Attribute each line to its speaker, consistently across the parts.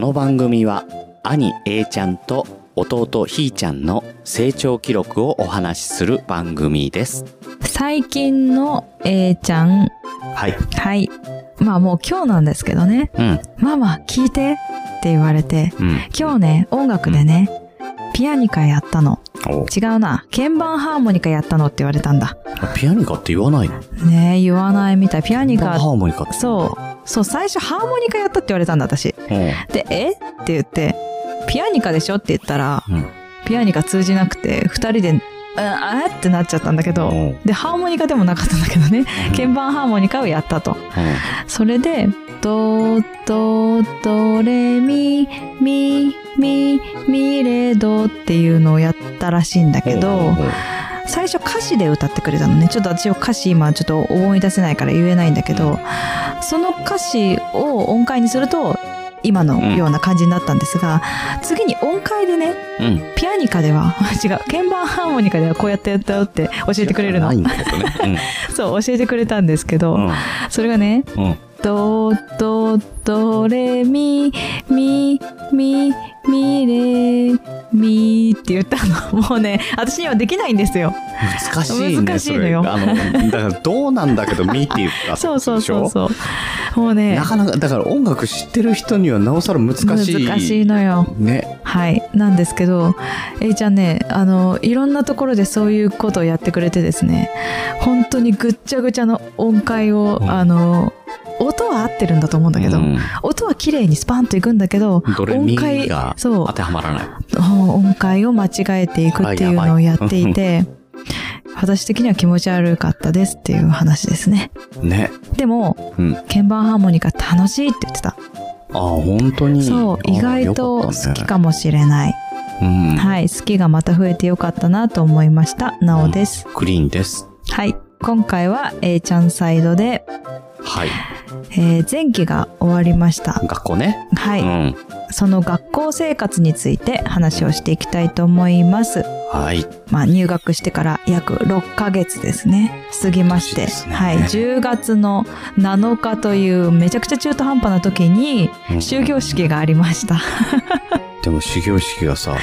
Speaker 1: の番組は兄 A ちゃんと弟ひーちゃんの成長記録をお話しする番組です。
Speaker 2: 最近の A ちゃん。
Speaker 1: はい。
Speaker 2: はい。まあもう今日なんですけどね。
Speaker 1: うん、
Speaker 2: ママ、聞いてって言われて。
Speaker 1: うん。
Speaker 2: 今日ね、音楽でね、ピアニカやったの。
Speaker 1: お
Speaker 2: 違うな。鍵盤ハーモニカやったのって言われたんだ。
Speaker 1: ピアニカって言わないの
Speaker 2: ねえ、言わないみたい。ピアニ
Speaker 1: ハ
Speaker 2: カ。
Speaker 1: ーモニカって
Speaker 2: そう。そう、最初ハーモニカやったって言われたんだ、私。
Speaker 1: う。うん。
Speaker 2: で、えって言って、ピアニカでしょって言ったら、
Speaker 1: うん
Speaker 2: ピアニカ通じなくて、二人で、うん、あーってなっちゃったんだけど、
Speaker 1: うん
Speaker 2: で、ハーモニカでもなかったんだけどね、鍵盤ハーモニカをやったと。それで、ド、ド、ド、レ、ミ、ミ、ミ、ミ、レ、ドっていうのをやったらしいんだけ
Speaker 1: うん
Speaker 2: ど、最初歌詞で歌ってくれたのね。ちょっと私は歌詞今ちょっと思い出せないから言えないんだけど、その歌詞を音階にすると、今のような感じになったんですが、次に音階でね、
Speaker 1: うん。
Speaker 2: ピアニカでは、 違う、鍵盤ハーモニカではこうやってやったよって教えてくれるの
Speaker 1: ない。んだけどね。
Speaker 2: そう、教えてくれたんですけど、
Speaker 1: うん。
Speaker 2: それがね、
Speaker 1: うん。うん
Speaker 2: ドドドレミミミミレミって言ったのもうね私にはできないんですよ
Speaker 1: 難しいね。
Speaker 2: 難しいのよ
Speaker 1: それあの、だからどうなんだけど、見って言 った。
Speaker 2: そうそうそう
Speaker 1: う。
Speaker 2: そうもうね
Speaker 1: なかなか、だから音楽知ってる人にはなおさら難しい。
Speaker 2: 難しいのよ
Speaker 1: ね。
Speaker 2: はいなんですけど A ちゃんねあのいろんなところでそういうことをやってくれてですね本当にぐっちゃぐちゃの音階を、
Speaker 1: うん
Speaker 2: あの音は合ってるんだと思うんだけど、
Speaker 1: うん
Speaker 2: 音は綺麗にスパンといくんだけど
Speaker 1: どれ
Speaker 2: 音
Speaker 1: ミ
Speaker 2: 階
Speaker 1: が
Speaker 2: そう
Speaker 1: 当てはまらない。
Speaker 2: 音階を間違えていくっていうのをやっていて、私的には気持ち悪かったですっていう話ですね。
Speaker 1: ね。
Speaker 2: でも、
Speaker 1: うん。あ
Speaker 2: 鍵盤ハーモニカ楽しいって言ってた。
Speaker 1: あ、本当に。
Speaker 2: そう、
Speaker 1: ああ
Speaker 2: 意外と
Speaker 1: よ
Speaker 2: 好
Speaker 1: ったね
Speaker 2: きかもしれない。
Speaker 1: うん。
Speaker 2: はい、好きがまた増えてよかったなと思いました。なおです。
Speaker 1: クリーンです。
Speaker 2: はい。今回は A ちゃんサイドで、
Speaker 1: はい。
Speaker 2: えー前期が終わりました。
Speaker 1: 学校ね。
Speaker 2: は
Speaker 1: う
Speaker 2: い。
Speaker 1: ん。
Speaker 2: その学校生活について話をしていきたいと思います。
Speaker 1: はい。
Speaker 2: まあ、入学してから約6ヶ月ですね過ぎまし
Speaker 1: そ
Speaker 2: て、
Speaker 1: うですね
Speaker 2: はい、10月の7日というめちゃくちゃ中途半端な時に
Speaker 1: うん
Speaker 2: 終業。式がありました、
Speaker 1: でも終業式がさ、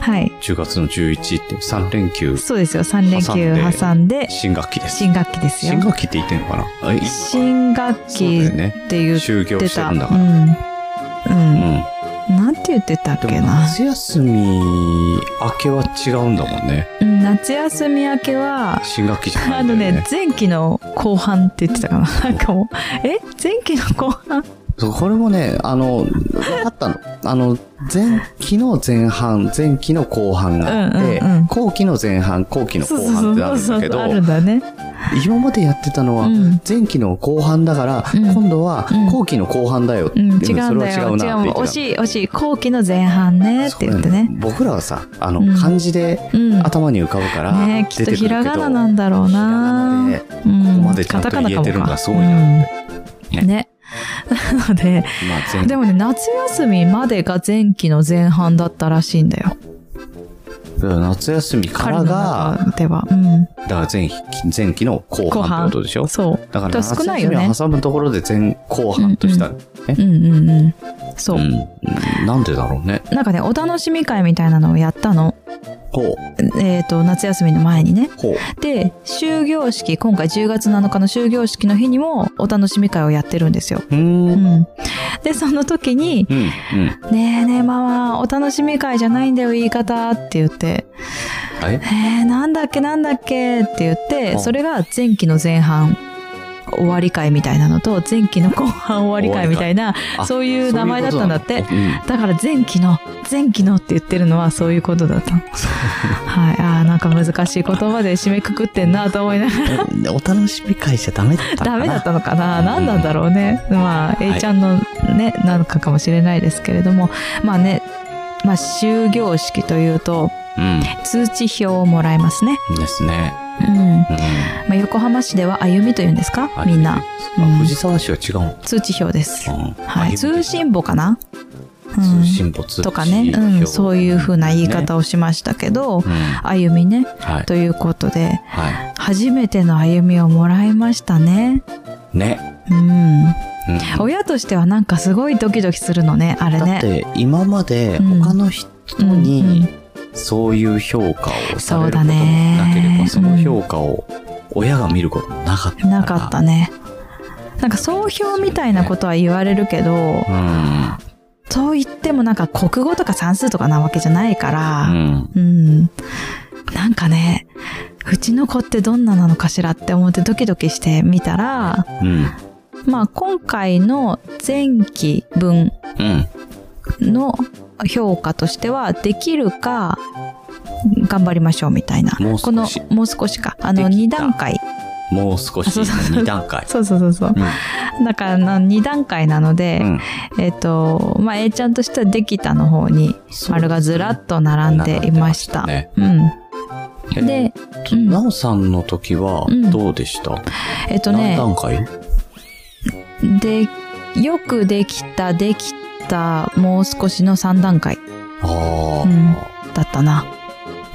Speaker 2: はい
Speaker 1: 10月の11って3連休、
Speaker 2: そうですよ3連休挟
Speaker 1: 挟
Speaker 2: んで
Speaker 1: 新学期です。
Speaker 2: 新学期ですよ
Speaker 1: 新学期って言ってんのかなえ
Speaker 2: 新学
Speaker 1: そう
Speaker 2: 期
Speaker 1: だ
Speaker 2: っ
Speaker 1: よね。
Speaker 2: て言
Speaker 1: 就業
Speaker 2: って
Speaker 1: して
Speaker 2: た
Speaker 1: るんだ
Speaker 2: う
Speaker 1: から。
Speaker 2: ん、
Speaker 1: う
Speaker 2: うん
Speaker 1: ん。
Speaker 2: なんて言ってたっ
Speaker 1: で
Speaker 2: け
Speaker 1: も
Speaker 2: な
Speaker 1: 夏休み明けは違うんだもんね。
Speaker 2: うん夏休み明けは
Speaker 1: 新学期じゃな
Speaker 2: あ
Speaker 1: いんだ
Speaker 2: の
Speaker 1: よね。
Speaker 2: ね前期の後半って言ってたかななんかもうえ前期の後半
Speaker 1: そう、これもね、あの、分かったの。あの、前期の前半、前期の後半があって、
Speaker 2: うんうんうん
Speaker 1: 後期の前半、後期の後半ってあるんだけど
Speaker 2: あ、るんだね
Speaker 1: 今までやってたのは、
Speaker 2: うん
Speaker 1: 前期の後半だから、
Speaker 2: うん
Speaker 1: 今度は
Speaker 2: うん
Speaker 1: 後期の後半だよって
Speaker 2: う
Speaker 1: い
Speaker 2: ん、
Speaker 1: う、
Speaker 2: 違うんだ
Speaker 1: それは違う
Speaker 2: よ。違
Speaker 1: なって言っ
Speaker 2: う
Speaker 1: てたの
Speaker 2: 惜しい、惜しい。後期の前半ね、って言ってね。
Speaker 1: そう僕らはさ、あの、
Speaker 2: うん
Speaker 1: 漢字で
Speaker 2: うん。
Speaker 1: 頭に浮かぶから、
Speaker 2: ねき
Speaker 1: 出
Speaker 2: ってと
Speaker 1: くるけど、
Speaker 2: ひらがななんだろうな。
Speaker 1: ひらがなで
Speaker 2: ここ
Speaker 1: までちゃんと言えてるのがすごいな
Speaker 2: うん、ね。 なので、
Speaker 1: まあ、前
Speaker 2: でもね、夏休みまでが前期の前半だったらしいんだよ。
Speaker 1: 夏休みから
Speaker 2: 彼
Speaker 1: が、
Speaker 2: の中では。うん。
Speaker 1: だから前期前期の後半ってことでしょ
Speaker 2: そう。
Speaker 1: だから
Speaker 2: だ
Speaker 1: 夏
Speaker 2: から少ない
Speaker 1: 休
Speaker 2: よね
Speaker 1: みを挟むところで前後半とした、
Speaker 2: うんうんうん。そう。
Speaker 1: うんなんでだろうね。
Speaker 2: なんかね、お楽しみ会みたいなのをやったの。
Speaker 1: ほう、
Speaker 2: えっ、と、夏休みの前にね。
Speaker 1: ほう。
Speaker 2: で、終業式、今回10月7日の終業式の日にもお楽しみ会をやってるんですよ。
Speaker 1: うーん。
Speaker 2: う
Speaker 1: うん、
Speaker 2: ん。で、その時に、
Speaker 1: うん。
Speaker 2: ねえねえママ、お楽しみ会じゃないんだよ、言い方って言って、
Speaker 1: あれ
Speaker 2: えー、なんだっけなんだっけって言って、
Speaker 1: うん
Speaker 2: それが前期の前半終わり会みたいなのと、前期の後半終わり会みたいな、
Speaker 1: あ
Speaker 2: そういう名前だったんだって
Speaker 1: そういうこ
Speaker 2: だから前期の、前期のって言ってるのはそういうことだっ た。はい。ああ、なんか難しい言葉で締めくくってんなと思いながら
Speaker 1: となんだうんお楽しみ会じゃダメだったのかな
Speaker 2: ダメだったのかな、
Speaker 1: うん
Speaker 2: 何なんだろうね。まあ、
Speaker 1: い
Speaker 2: A ちゃんのね、なんかかもしれないですけれども、まあね、まあ、終業式というと、
Speaker 1: う
Speaker 2: 通知表をもらえますね。
Speaker 1: ん。ですね。
Speaker 2: うん。ま
Speaker 1: うん。
Speaker 2: あ、横浜市では歩みというんですか
Speaker 1: あ
Speaker 2: みんな。。
Speaker 1: あ
Speaker 2: うん
Speaker 1: 藤沢市は違うの
Speaker 2: 通知表です。
Speaker 1: か。
Speaker 2: はい。通信簿かなうん。
Speaker 1: 通信簿通知
Speaker 2: とかね。うん。そういう風な言い
Speaker 1: ね
Speaker 2: 方をしましたけど、
Speaker 1: うん。
Speaker 2: 歩みね。
Speaker 1: はい。
Speaker 2: ということで、
Speaker 1: は
Speaker 2: 初めての歩みをもらいましたね。
Speaker 1: い。ね。
Speaker 2: うん。
Speaker 1: うん
Speaker 2: 親としてはなんかすごいドキドキするのねあれ
Speaker 1: だっ
Speaker 2: ね
Speaker 1: て今まで
Speaker 2: うん
Speaker 1: 他の人
Speaker 2: うんう
Speaker 1: に
Speaker 2: ん
Speaker 1: そういう評価をされる
Speaker 2: そう
Speaker 1: こと
Speaker 2: だ
Speaker 1: も
Speaker 2: ね
Speaker 1: なければその
Speaker 2: うん
Speaker 1: 評価を親が見ることもなかったら
Speaker 2: なかったねなんか総評みたいなことは言われるけど
Speaker 1: うん
Speaker 2: そう言ってもなんか国語とか算数とかなわけじゃないか
Speaker 1: う
Speaker 2: ら
Speaker 1: ん
Speaker 2: うん、なんかねうちの子ってどんななのかしらって思ってドキドキしてみたら
Speaker 1: うん
Speaker 2: まあ今回の前期分
Speaker 1: うん
Speaker 2: の評価としてはできるか頑張りましょうみたいな
Speaker 1: もう少し
Speaker 2: このもう少しかあの
Speaker 1: でき
Speaker 2: 2
Speaker 1: た
Speaker 2: 段階
Speaker 1: もう少
Speaker 2: あ
Speaker 1: し
Speaker 2: そうそう
Speaker 1: 2段 階
Speaker 2: そうそうそうそう
Speaker 1: うん
Speaker 2: だからな2段階なので、
Speaker 1: うん
Speaker 2: えっ、とまあ A ちゃんとしてはできたの方に丸がずらっと並んでいました
Speaker 1: 並んで
Speaker 2: う
Speaker 1: まね
Speaker 2: ん、でうん
Speaker 1: えなおさんの時は
Speaker 2: うん
Speaker 1: どうでした、
Speaker 2: えっ、と
Speaker 1: 何
Speaker 2: ね
Speaker 1: 段階
Speaker 2: でよくできたできたもう少しの3段階
Speaker 1: ああ、
Speaker 2: うんだったな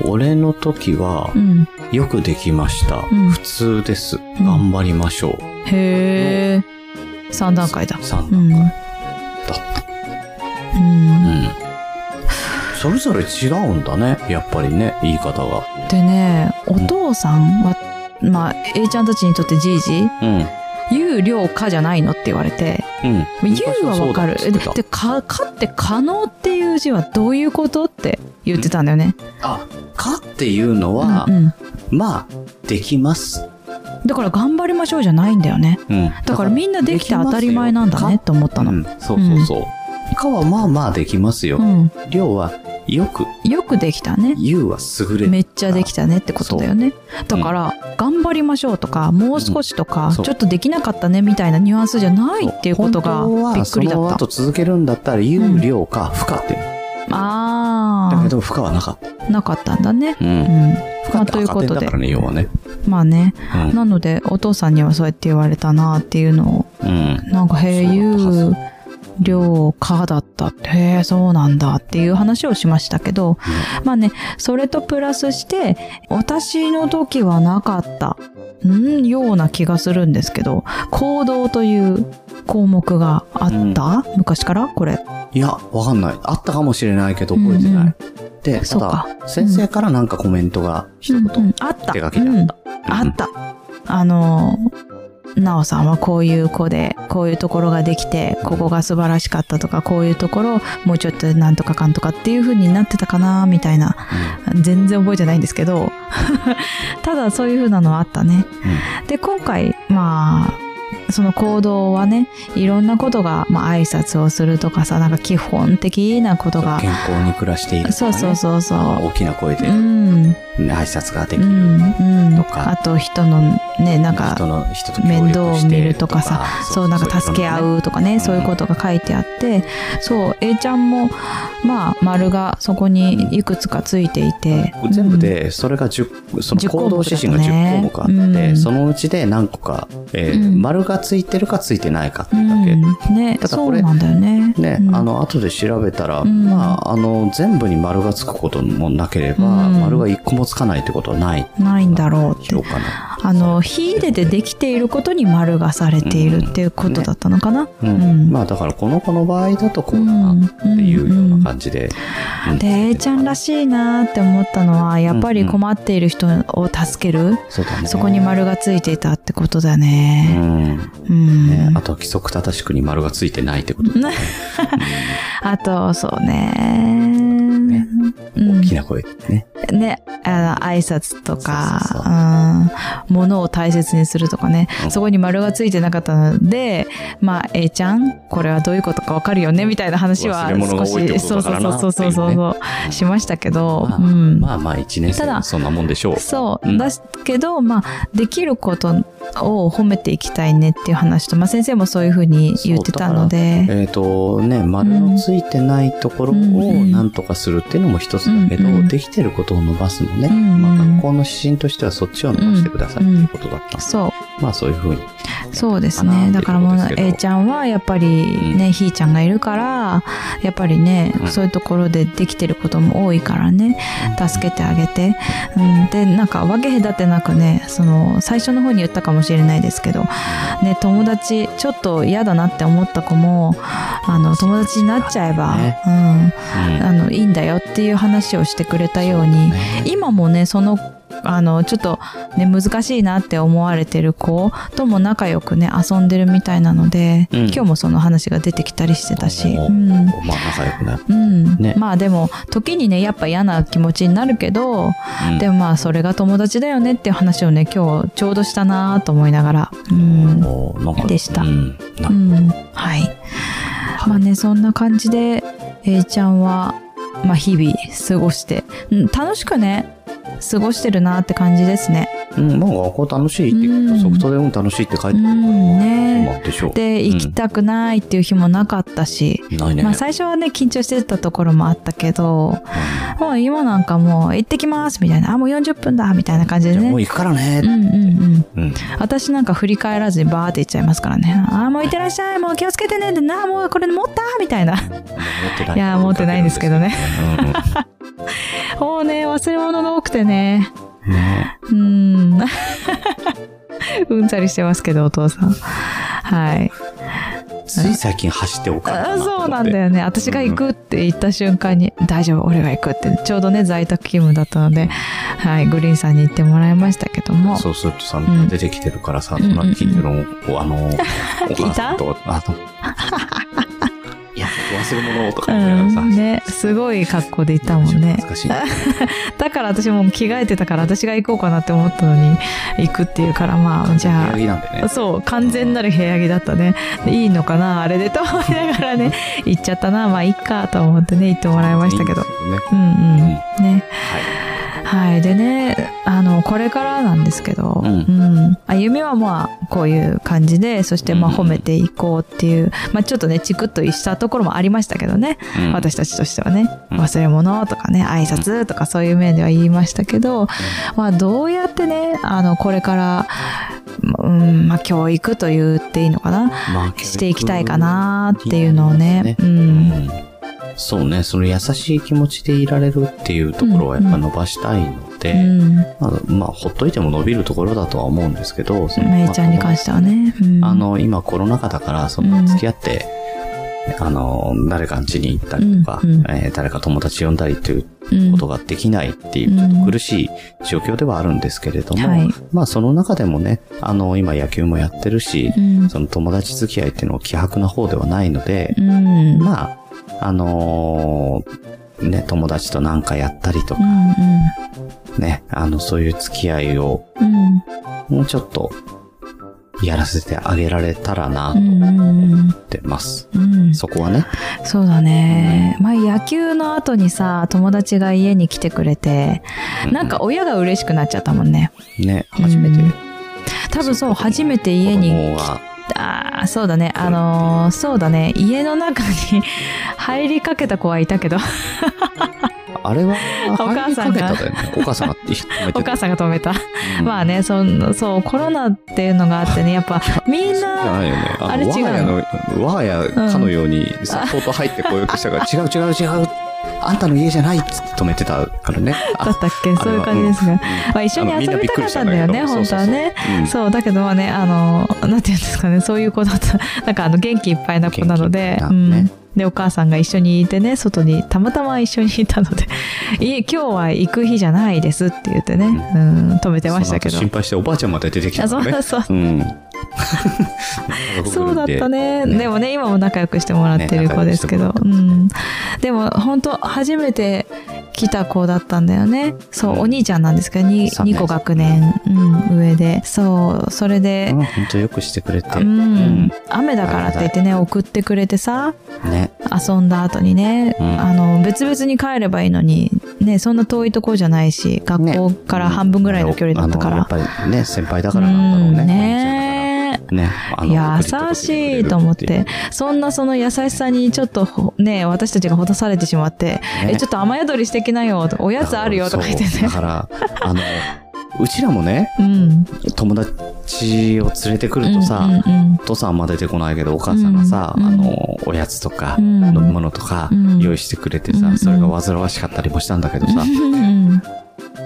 Speaker 1: 俺の時は
Speaker 2: う、ん
Speaker 1: よくできました、
Speaker 2: うん
Speaker 1: 普通です。頑張りましょう。
Speaker 2: へえ3段階だ
Speaker 1: 3
Speaker 2: うん
Speaker 1: 段階。
Speaker 2: うん
Speaker 1: うん。それぞれ違うんだね。やっぱりね、言い方が。
Speaker 2: でねお父さんは、まあ A ちゃんたちにとってじいじ
Speaker 1: うん。
Speaker 2: 「有料か」じゃないのって言われて
Speaker 1: うん。
Speaker 2: 「有はわかる」
Speaker 1: 昔はそ
Speaker 2: え
Speaker 1: うだ
Speaker 2: で
Speaker 1: っつって
Speaker 2: 「か」かって「可能」っていう字はどういうことって言ってたんだよね。
Speaker 1: たあ、かっていうのは、
Speaker 2: うんうん
Speaker 1: まあ、できます。
Speaker 2: だから「頑張りましょう」じゃないんだよね。
Speaker 1: うん。
Speaker 2: だからみんなできて当たり前なんだねって思った
Speaker 1: う
Speaker 2: の。
Speaker 1: ん。そうそうそう。かはまあまあできますよ
Speaker 2: う。ん、
Speaker 1: 量、は、よく、
Speaker 2: よくできたね。
Speaker 1: 言うは優れて
Speaker 2: めっちゃできたねってことだよね。だから、頑張りましょうとか、もう少しとか、
Speaker 1: うんそう
Speaker 2: ちょっとできなかったねみたいなニュアンスじゃないっていうことが
Speaker 1: 本当は
Speaker 2: びっくりだ
Speaker 1: その
Speaker 2: った
Speaker 1: 後。続けるんだったら、有料か、負荷っていうの。
Speaker 2: あ
Speaker 1: だ
Speaker 2: あ
Speaker 1: け。ど、負荷はなかった。
Speaker 2: なかったんだね。
Speaker 1: う。
Speaker 2: うんん。
Speaker 1: 負
Speaker 2: ま
Speaker 1: 荷
Speaker 2: あ、
Speaker 1: って
Speaker 2: という
Speaker 1: 赤
Speaker 2: こ
Speaker 1: 点
Speaker 2: と
Speaker 1: だ
Speaker 2: で
Speaker 1: か。らね、要はね。
Speaker 2: まあね。
Speaker 1: うん
Speaker 2: なので、お父さんにはそうやって言われたなっていうのを、
Speaker 1: うん。
Speaker 2: なんか、へえ、
Speaker 1: そうだ
Speaker 2: 言う、量、かだったって、へえ、そうなんだっていう話をしましたけど、まあね、それとプラスして、私の時はなかった、んような気がするんですけど、行動という項目があった、昔からこれ。
Speaker 1: いや、わかんない。あったかもしれないけど、覚えてない。
Speaker 2: うんうん
Speaker 1: で、
Speaker 2: そ
Speaker 1: た
Speaker 2: うか
Speaker 1: だ、先生からなんかコメントが一言。
Speaker 2: うんうんあった。
Speaker 1: 手書きであった
Speaker 2: うんあった。あの、なおさんはこういう子で、こういうところができて、ここが素晴らしかったとか、こういうところ、もうちょっとなんとかかんとかっていう風になってたかな、みたいな。全然覚えてないんですけど、 ただそういう風なのはあったね。で、今回、まあ、その行動はね、いろんなことが、まあ挨拶をするとかさ、なんか基本的なこと
Speaker 1: うん
Speaker 2: が、
Speaker 1: 健康に暮らしているとか、ね。
Speaker 2: そうそうそうそう。
Speaker 1: あ大きな声で
Speaker 2: う
Speaker 1: 挨
Speaker 2: ん。
Speaker 1: 拶ができ
Speaker 2: う
Speaker 1: る。
Speaker 2: んうん、
Speaker 1: とか
Speaker 2: あと人のねなん
Speaker 1: 人
Speaker 2: か
Speaker 1: の人と協
Speaker 2: 面
Speaker 1: 力して
Speaker 2: 倒を見るとかさそうなんか助け合
Speaker 1: う。
Speaker 2: うとかねそういうことが書いてあってそう A ちゃんもまあ丸がそこにいくつかついていて
Speaker 1: 全部で、それが10、その
Speaker 2: 10項目
Speaker 1: 行動指針が
Speaker 2: だった
Speaker 1: 10項
Speaker 2: ね
Speaker 1: 目あって、
Speaker 2: うん
Speaker 1: そのうちで何個か、えー
Speaker 2: うん
Speaker 1: 丸がついてるかついてないかって
Speaker 2: う
Speaker 1: いうだけ。
Speaker 2: ん、ね
Speaker 1: ただ
Speaker 2: そ
Speaker 1: こ
Speaker 2: う
Speaker 1: れ
Speaker 2: なんだよね
Speaker 1: ね、
Speaker 2: うん
Speaker 1: あの後で調べたら、
Speaker 2: うん
Speaker 1: まあ、あの全部に丸がつくこともなければ、
Speaker 2: うん
Speaker 1: 丸が一個もつかないってことはない
Speaker 2: ないんだろうって
Speaker 1: 評価な
Speaker 2: あの火入れでできていることに丸がされているっていうことだったのかな、
Speaker 1: う
Speaker 2: うんん
Speaker 1: まあだからこの子の場合だとこうだ
Speaker 2: う
Speaker 1: なんっていうような感じで、うん
Speaker 2: で A ちゃんらしいなって思ったのはやっぱり困っている人を助ける、
Speaker 1: そうだね
Speaker 2: そこに丸がついていたってことだ
Speaker 1: う
Speaker 2: ね。
Speaker 1: んね
Speaker 2: うん。
Speaker 1: あとは規則正しくに丸がついてないってこと、 ね、
Speaker 2: あと、そうね。うん
Speaker 1: 大きな声ね、
Speaker 2: ね、あの挨拶と
Speaker 1: そうそう
Speaker 2: か、うん、物を大切にするとかね、
Speaker 1: うん
Speaker 2: そこに丸がついてなかったので、まあ、A ちゃん、これはどういうことかわかるよね、みたいな話
Speaker 1: 忘
Speaker 2: は
Speaker 1: れ物
Speaker 2: 少
Speaker 1: が多いって
Speaker 2: し、
Speaker 1: こと
Speaker 2: そう
Speaker 1: だからな
Speaker 2: そうそうそうそう
Speaker 1: ってい
Speaker 2: そう、しましたけど、
Speaker 1: まあ
Speaker 2: うん。
Speaker 1: まあまあ1年生
Speaker 2: た
Speaker 1: は
Speaker 2: だ
Speaker 1: そんなもんでしょう
Speaker 2: そう、
Speaker 1: うん
Speaker 2: だけど、まあ、できることを褒めていきたいねっていう話と、まあ、先生もそういうふうに言ってたので。
Speaker 1: えっ、とね丸のついてないところを
Speaker 2: うん
Speaker 1: なんとかするっていうのも一つだけど、
Speaker 2: うんうん
Speaker 1: できてることを伸ばすのね、
Speaker 2: うんうん
Speaker 1: まあ、学校の指針としてはそっちを伸ばしてくださいってことだった、
Speaker 2: そう
Speaker 1: まあそういうふうに
Speaker 2: そうですねだからもう A ち
Speaker 1: ゃん
Speaker 2: ゃんはやっぱりね、ひーちゃんがいるからやっぱりね、
Speaker 1: うん
Speaker 2: そういうところでできてることも多いからね助けてあげて、うん、でなんか分け隔てなくねその最初の方に言ったかもしれないですけど、ね、友達ちょっと嫌だなって思った子もあの友達になっちゃえば、
Speaker 1: そうね
Speaker 2: うん、あのいいんだよっていう話をしてくれたように。今もねそのあのちょっとね難しいなって思われてる子とも仲良くね遊んでるみたいなので、
Speaker 1: うん
Speaker 2: 今日もその話が出てきたりしてたし、
Speaker 1: おー
Speaker 2: うん
Speaker 1: まあ仲良くなる、
Speaker 2: うん
Speaker 1: ね
Speaker 2: まあでも時にねやっぱ嫌な気持ちになるけど、
Speaker 1: うん
Speaker 2: でもまあそれが友達だよねっていう話をね今日ちょうどしたなと思いながら、うん
Speaker 1: おーなんか
Speaker 2: でした
Speaker 1: うんな
Speaker 2: うん、はいまあねそんな感じで A ちゃんは、まあ、日々過ごして、うん、楽しくね過ごしてるなって感じですね。
Speaker 1: うん、まあ学校楽しいって、
Speaker 2: うん
Speaker 1: ソフトでも楽しいって書いて
Speaker 2: う
Speaker 1: る
Speaker 2: ん
Speaker 1: ま
Speaker 2: ね
Speaker 1: あでしょう。
Speaker 2: で行きたくないっていう日もなかったし、
Speaker 1: ないね。
Speaker 2: まあ最初はね緊張してたところもあったけど
Speaker 1: う
Speaker 2: もう今なんかもう行ってきますみたいなあもう40分だみたいな感じで
Speaker 1: んもう
Speaker 2: ね。
Speaker 1: 行くから
Speaker 2: う
Speaker 1: ね。
Speaker 2: んうんうん、
Speaker 1: うん。
Speaker 2: 私なんか振り返らずにバーって行っちゃいますからね「ああもう行ってらっしゃいもう気をつけてね」って「なあもうこれ持った?」みたいな
Speaker 1: ない
Speaker 2: や持ってないんですけどね。
Speaker 1: う
Speaker 2: もうね忘れ物が多くてね
Speaker 1: ん ね
Speaker 2: うーんうんざりしてますけどお父さんはい
Speaker 1: つい最近走っておか
Speaker 2: あ
Speaker 1: なと思
Speaker 2: そ
Speaker 1: っ
Speaker 2: う
Speaker 1: て
Speaker 2: なんだよね私が行くって言った瞬間に「大丈夫俺が行く」ってちょうどね在宅勤務だったので、はい、グリーンさんに行ってもらいましたけども
Speaker 1: そうするとさ、
Speaker 2: ん
Speaker 1: 出てきてるからさ、
Speaker 2: うんうんうん
Speaker 1: 隣近所の、こうあの、 お母さんと、あの、いや、忘れ物とか
Speaker 2: う
Speaker 1: 言いながらさ、
Speaker 2: ん、ねすごい格好で行ったもんね
Speaker 1: 懐かしい。
Speaker 2: だから私もう着替えてたから私が行こうかなって思ったのに行くっていうからまあじゃあ
Speaker 1: 部屋着なんでね。
Speaker 2: そう完全なる部屋着だったねでいいのかなあれでと思いながらね行っちゃったなまあいっかと思ってね行ってもらいましたけど
Speaker 1: いいんですよね
Speaker 2: うんうん
Speaker 1: うん
Speaker 2: ねはいでねあのこれからなんですけど、
Speaker 1: う
Speaker 2: うんん歩みはまあこういう感じでそしてまあ
Speaker 1: うんうん
Speaker 2: 褒めていこうっていう、まあ、ちょっとねチクッとしたところもありましたけどね、
Speaker 1: うん
Speaker 2: 私たちとしてはね
Speaker 1: うん
Speaker 2: 忘れ物とかね挨拶とかそういう面では言いましたけど、まあ、どうやってねあのこれから、うんまあ、教育と言っていいのかな
Speaker 1: まあ
Speaker 2: していきたいかなっていうのをねう
Speaker 1: うんんそうね、その優しい気持ちでいられるっていうところはやっぱ伸ばしたいので、
Speaker 2: うん
Speaker 1: まあ、まあほっといても伸びるところだとは思うんですけど、その
Speaker 2: めいちゃんに関してはね、うん、
Speaker 1: まああの、今コロナ禍だから、その、
Speaker 2: うん
Speaker 1: 付き合って、あの、誰かん家に行ったりとか、
Speaker 2: うんうん
Speaker 1: えー誰か友達呼んだりという
Speaker 2: うん
Speaker 1: ことができないっていう、ちょっと苦しい状況ではあるんですけれども、
Speaker 2: はい
Speaker 1: まあその中でもね、あの、今野球もやってるし
Speaker 2: う、ん
Speaker 1: その友達付き合いっていうのは希薄な方ではないので、
Speaker 2: うんうん
Speaker 1: まあ、あのーね、友達となんかやったりとかね、あの、そういう付き合いを
Speaker 2: うん
Speaker 1: もうちょっとやらせてあげられたらな
Speaker 2: う、んうん
Speaker 1: ってます。
Speaker 2: うん
Speaker 1: そこはね。
Speaker 2: そうだね、まあ野球の後にさ友達が家に来てくれて なんか親が嬉しくなっちゃったもんね
Speaker 1: ね、初めて
Speaker 2: う
Speaker 1: 子
Speaker 2: ん多分そう初めて家に
Speaker 1: 供が、
Speaker 2: あーそうだねあのーそうだね家の中に入りかけた子はいたけど
Speaker 1: あれは、
Speaker 2: お母さ
Speaker 1: 入
Speaker 2: んが
Speaker 1: りかけただよね。お母さんが止めて
Speaker 2: お母さんが止めた、
Speaker 1: うん
Speaker 2: まあねそんそうコロナっていうのがあってねやっぱみん
Speaker 1: じゃ
Speaker 2: な
Speaker 1: ないよね。
Speaker 2: あ
Speaker 1: あ
Speaker 2: れ
Speaker 1: の、
Speaker 2: 違
Speaker 1: 我
Speaker 2: う
Speaker 1: が家の、我が家かのように、さ相当入ってこようとしたから、違う違う違う、あんたの家じゃないっつって止めてたからね。あ
Speaker 2: だったっけそういう感じですね、まあ、一緒に遊びたかったんだよね本当はね。
Speaker 1: あのみんなびっくりしたんだけどそうそうそううん
Speaker 2: そうだけどまあねあのなんていうんですかねそういう子だった なんかあの元気いっぱいな子なので
Speaker 1: 元気いっぱいなね
Speaker 2: うん、でお母さんが一緒にいてね外にたまたま一緒にいたので 「いえ今日は行く日じゃないです」って言ってね、うん、止めてましたけど
Speaker 1: その後心配しておばあちゃんまで出てき
Speaker 2: あ
Speaker 1: た
Speaker 2: そ
Speaker 1: からね
Speaker 2: う。そう
Speaker 1: うん。
Speaker 2: そうだったね
Speaker 1: ね
Speaker 2: でもね今も仲良くしてもらってる子ですけど、
Speaker 1: ね仲
Speaker 2: うん、でも本当初めて来た子だったんだよねそう、
Speaker 1: うん
Speaker 2: お兄ちゃんなんですけど 2,
Speaker 1: 三年生
Speaker 2: 個学年、うん、上でそうそれで
Speaker 1: う、ん、本当よくしてくれて。
Speaker 2: うん
Speaker 1: うん
Speaker 2: 雨だからって言ってね送ってくれてさ
Speaker 1: ね。
Speaker 2: 遊んだ後にね、
Speaker 1: うん
Speaker 2: あの別々に帰ればいいのに、ね、そんな遠いとこじゃないし学校から半分ぐらいの距離だったから。
Speaker 1: あのやっぱりね、先輩だからなんだろうね。
Speaker 2: うん
Speaker 1: お
Speaker 2: ね
Speaker 1: 兄ちゃんだからね。あの
Speaker 2: 優しいと思っ。てそんなその優しさにちょっとほね私たちがほたされてしまって「
Speaker 1: ね
Speaker 2: えちょっと雨宿りしてきなよ」とか「おやつあるよ」とか言って
Speaker 1: そうだ
Speaker 2: ね
Speaker 1: から、あの、うちらもね
Speaker 2: うん
Speaker 1: 友達を連れてくるとさ、
Speaker 2: うんうん
Speaker 1: お父さんはあんま出てこないけどお母さんがさ、
Speaker 2: うん
Speaker 1: あのおやつとか、
Speaker 2: うん
Speaker 1: 飲み物とか
Speaker 2: うん
Speaker 1: 用意してくれてさ、
Speaker 2: うん
Speaker 1: それが煩わしかったりもしたんだけどさ、
Speaker 2: うん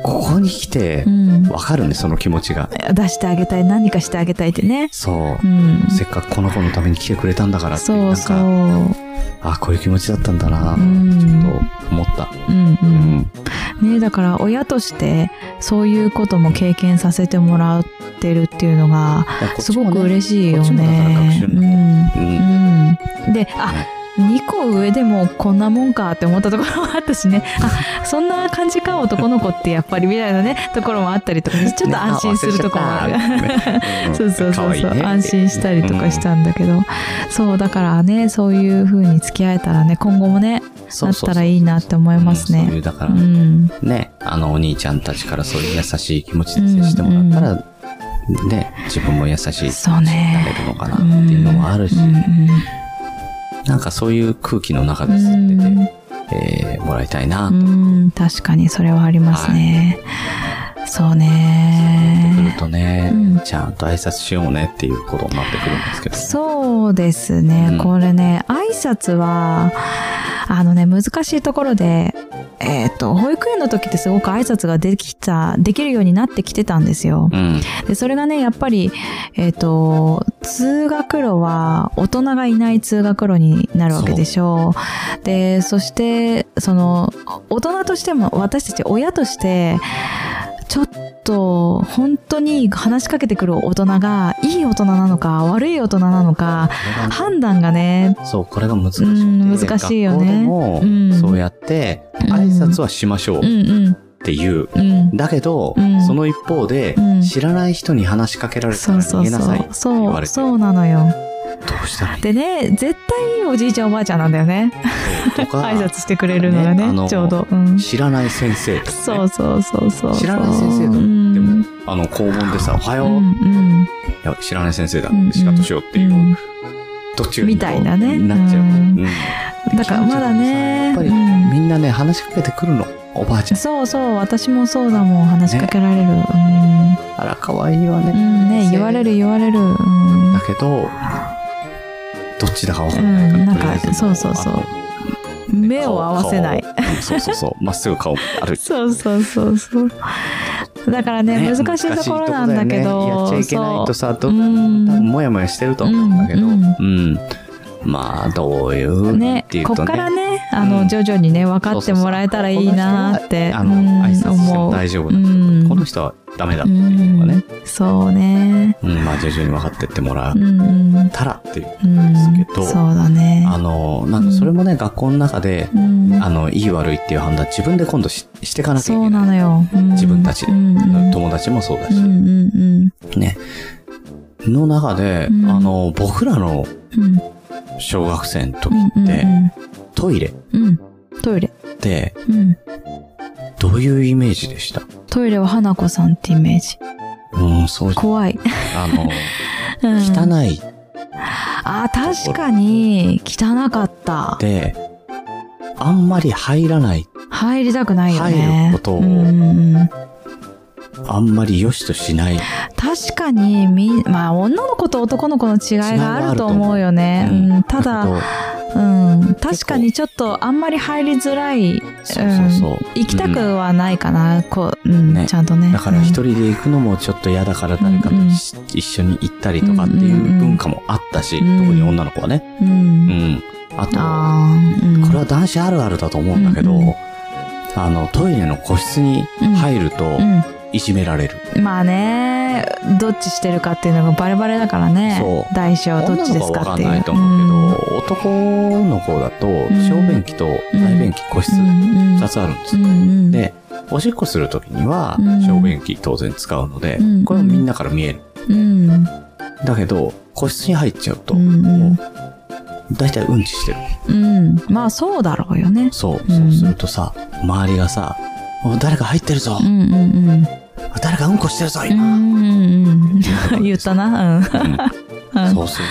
Speaker 1: ここに来て
Speaker 2: うんうん
Speaker 1: わかるねその気持ちが
Speaker 2: 出してあげたい何かしてあげたいってね、
Speaker 1: そう
Speaker 2: う、ん、
Speaker 1: せっかくこの子のために来てくれたんだからっていう
Speaker 2: そうそう、う
Speaker 1: なんか
Speaker 2: ん
Speaker 1: あこういう気持ちだったんだな、と思った、
Speaker 2: うんう
Speaker 1: うんん
Speaker 2: ね、だから親としてそういうことも経験させてもらってるっていうのがすごく嬉しいよ
Speaker 1: こっちもだから学習。
Speaker 2: ねう
Speaker 1: に
Speaker 2: ん
Speaker 1: う
Speaker 2: うんん、であ2個上でもこんなもんかって思ったところもあったしねあそんな感じか男の子ってやっぱりみたいなねところもあったりとかちょっと安心するところもある。 そうそうそうそう、安心したりとかしたんだけど、そうだからねそういう風に付き合えたらね今後もね
Speaker 1: た
Speaker 2: なったらいいなって思います
Speaker 1: うんそうい
Speaker 2: ね。
Speaker 1: うだか
Speaker 2: う
Speaker 1: ら、
Speaker 2: ん、
Speaker 1: ね、あのお兄ちゃんたちからそういう優しい気持ちで接してもらったら、ね、自分も優しい気持ち
Speaker 2: そう
Speaker 1: になれ
Speaker 2: ね。
Speaker 1: るのかなっていうのもあるし、
Speaker 2: うん
Speaker 1: なんかそういう空気の中で
Speaker 2: う
Speaker 1: 住んでて、
Speaker 2: ん
Speaker 1: えーもらいたいな
Speaker 2: う
Speaker 1: と
Speaker 2: ん、うん確かにそれはありますね。そう
Speaker 1: 思ってく
Speaker 2: ね
Speaker 1: る。とね、
Speaker 2: うん
Speaker 1: ちゃんと挨拶しようねっていうことになってくるんですけど。
Speaker 2: そうですね、
Speaker 1: うん
Speaker 2: これね挨拶はあのね難しいところでえっ、と保育園の時ってすごく挨拶ができたできるようになってきてたんですよ。
Speaker 1: うん、
Speaker 2: でそれがねやっぱりえっ、と通学路は大人がいない通学路になるわけでしょう。でそしてその大人としても私たち親としてちょっと本当に話しかけてくる大人がいい大人なのか悪い大人なのか判断がね
Speaker 1: そう、これが難しくて、
Speaker 2: うん難しいよね
Speaker 1: 学校
Speaker 2: う
Speaker 1: で
Speaker 2: ん
Speaker 1: も、そうやって、
Speaker 2: うん
Speaker 1: 挨拶はしましょう
Speaker 2: う
Speaker 1: っ
Speaker 2: んうん
Speaker 1: ていう。
Speaker 2: うん
Speaker 1: だけど、
Speaker 2: うん
Speaker 1: その一方で、
Speaker 2: うん
Speaker 1: 知らない人に話しかけられた
Speaker 2: そ
Speaker 1: ら
Speaker 2: う
Speaker 1: 逃
Speaker 2: そう
Speaker 1: げな
Speaker 2: そ
Speaker 1: さいっ
Speaker 2: う
Speaker 1: て言わ
Speaker 2: そ
Speaker 1: れ
Speaker 2: う
Speaker 1: て、
Speaker 2: そうなのよ
Speaker 1: どうしたらいい
Speaker 2: でね絶対いいおじいちゃんおばあちゃんなんだよね
Speaker 1: とか、
Speaker 2: 挨拶してくれるのが
Speaker 1: ねあ
Speaker 2: ね
Speaker 1: の
Speaker 2: ちょうど、うん、
Speaker 1: 知らない先生とか、ね、
Speaker 2: そうそうそうそう
Speaker 1: 知らない先生とか
Speaker 2: う
Speaker 1: で
Speaker 2: ん
Speaker 1: も、あの、校門でさ、おはよう、
Speaker 2: う
Speaker 1: い
Speaker 2: んうん
Speaker 1: や知らない先生だ、
Speaker 2: うん
Speaker 1: しかとしようっていう、
Speaker 2: うん
Speaker 1: どっちがいいの
Speaker 2: みたいなね
Speaker 1: なっちゃう。
Speaker 2: うん
Speaker 1: うん
Speaker 2: だからまだね
Speaker 1: やっぱり、
Speaker 2: うん
Speaker 1: みんなね、話しかけてくるの。おばあちゃん。
Speaker 2: そうそう私もそうだもん話しかけられる、
Speaker 1: あら、可愛いわね。
Speaker 2: うん、うん、ね
Speaker 1: 先生
Speaker 2: 言われる言われるうん
Speaker 1: だけど、どっちだかわか
Speaker 2: うん
Speaker 1: ないから、
Speaker 2: ん、なん
Speaker 1: とりあえ
Speaker 2: か
Speaker 1: ず
Speaker 2: そうそうそう
Speaker 1: あの
Speaker 2: 目を合わせない。
Speaker 1: 顔をうんそうそうそう。まっすぐ顔ある。
Speaker 2: そうそうそうそうだからね
Speaker 1: ね
Speaker 2: 難しいところなんだけど
Speaker 1: 難しいとこだよねやっちゃいけないとさ、ど
Speaker 2: そう
Speaker 1: う
Speaker 2: う
Speaker 1: 多分
Speaker 2: ん
Speaker 1: もやもやしてると思うんだけど、
Speaker 2: う
Speaker 1: うんん。まあ、どういう、
Speaker 2: ね
Speaker 1: っていう
Speaker 2: ことっ
Speaker 1: ね。
Speaker 2: からねあ
Speaker 1: う
Speaker 2: の
Speaker 1: ん
Speaker 2: 徐々にね分かってもらえたらいいなーって
Speaker 1: あの、
Speaker 2: うん
Speaker 1: 挨拶して
Speaker 2: 思
Speaker 1: も
Speaker 2: う
Speaker 1: 大丈夫な
Speaker 2: う
Speaker 1: 人
Speaker 2: ん
Speaker 1: とこの人はダメだっていうのがね、
Speaker 2: うんそうね
Speaker 1: うん、まあ徐々に分かってってもら
Speaker 2: うんうん
Speaker 1: ったらっていう。
Speaker 2: うん
Speaker 1: ですけど
Speaker 2: そうだね
Speaker 1: あの、なんかそれもね、学校の中で、
Speaker 2: うん
Speaker 1: あの、いい悪いっていう判断、自分で今度ししていかなきゃい
Speaker 2: そ
Speaker 1: け
Speaker 2: う
Speaker 1: ない。
Speaker 2: なのよ、うん
Speaker 1: 自分たちで
Speaker 2: うんうん
Speaker 1: 友達もそうだ
Speaker 2: う
Speaker 1: し、
Speaker 2: んうん
Speaker 1: ね。の中で、
Speaker 2: うん
Speaker 1: あの、僕らの
Speaker 2: うんうん
Speaker 1: 小学生の時
Speaker 2: うんうん
Speaker 1: って、トイレ
Speaker 2: うんうんトイレ、
Speaker 1: って、
Speaker 2: うん、
Speaker 1: どういうイメージでした
Speaker 2: トイレは花子さんってイメージ
Speaker 1: うん、そうじ
Speaker 2: 怖い、
Speaker 1: ゃんあの、
Speaker 2: うん、
Speaker 1: 汚いっ
Speaker 2: あ確かに汚かった
Speaker 1: て、あんまり入らない、
Speaker 2: 入りたくないよね
Speaker 1: 入ることを
Speaker 2: うんうん、
Speaker 1: あんまり良しとしない。
Speaker 2: 確かにみまあ女の子と男の子の違いがあると思うよね
Speaker 1: 違いはあると思う
Speaker 2: うん、ただ、うん、確かにちょっとあんまり入りづらい
Speaker 1: そうそうそう。
Speaker 2: 行きたく
Speaker 1: うん
Speaker 2: はないかな、こう、うん
Speaker 1: ね
Speaker 2: ちゃんとね
Speaker 1: だから
Speaker 2: うん
Speaker 1: 一人で行くのもちょっと嫌だから誰かと一一緒に行ったりとかっていう文化もあったし、
Speaker 2: うんうん
Speaker 1: 特に女の子はね。
Speaker 2: う、
Speaker 1: うんん。あと、
Speaker 2: あーうん、
Speaker 1: これは男子あるあるだと思うんだけど、
Speaker 2: うんうん
Speaker 1: あの、トイレの個室に入るといじめられる。
Speaker 2: うん、まあねどっちしてるかっていうのがバレバレだからね
Speaker 1: そう
Speaker 2: 大小どっち
Speaker 1: 女
Speaker 2: です
Speaker 1: の子は
Speaker 2: か
Speaker 1: わか
Speaker 2: って
Speaker 1: ん
Speaker 2: いう
Speaker 1: ないと思うけど、男の子だと、小便器と大便器個室
Speaker 2: うんうん
Speaker 1: 2つあるんです
Speaker 2: う
Speaker 1: よ。
Speaker 2: んうん
Speaker 1: で、おしっこするときには
Speaker 2: うん、
Speaker 1: 小便器当然使うので
Speaker 2: うん、
Speaker 1: これはみんなから見える。
Speaker 2: うんうん
Speaker 1: だけど、個室に入っちゃうと、
Speaker 2: うんうん
Speaker 1: もう、大体うんちしてる。
Speaker 2: うんまあそうだろうよね
Speaker 1: そうう。そ
Speaker 2: ん
Speaker 1: うするとさ、周りがさ、お誰か入ってるぞ
Speaker 2: うんうんうん
Speaker 1: 誰かうんこしてるぞ
Speaker 2: う
Speaker 1: 今
Speaker 2: んうんうん言ったなうん
Speaker 1: うんそうする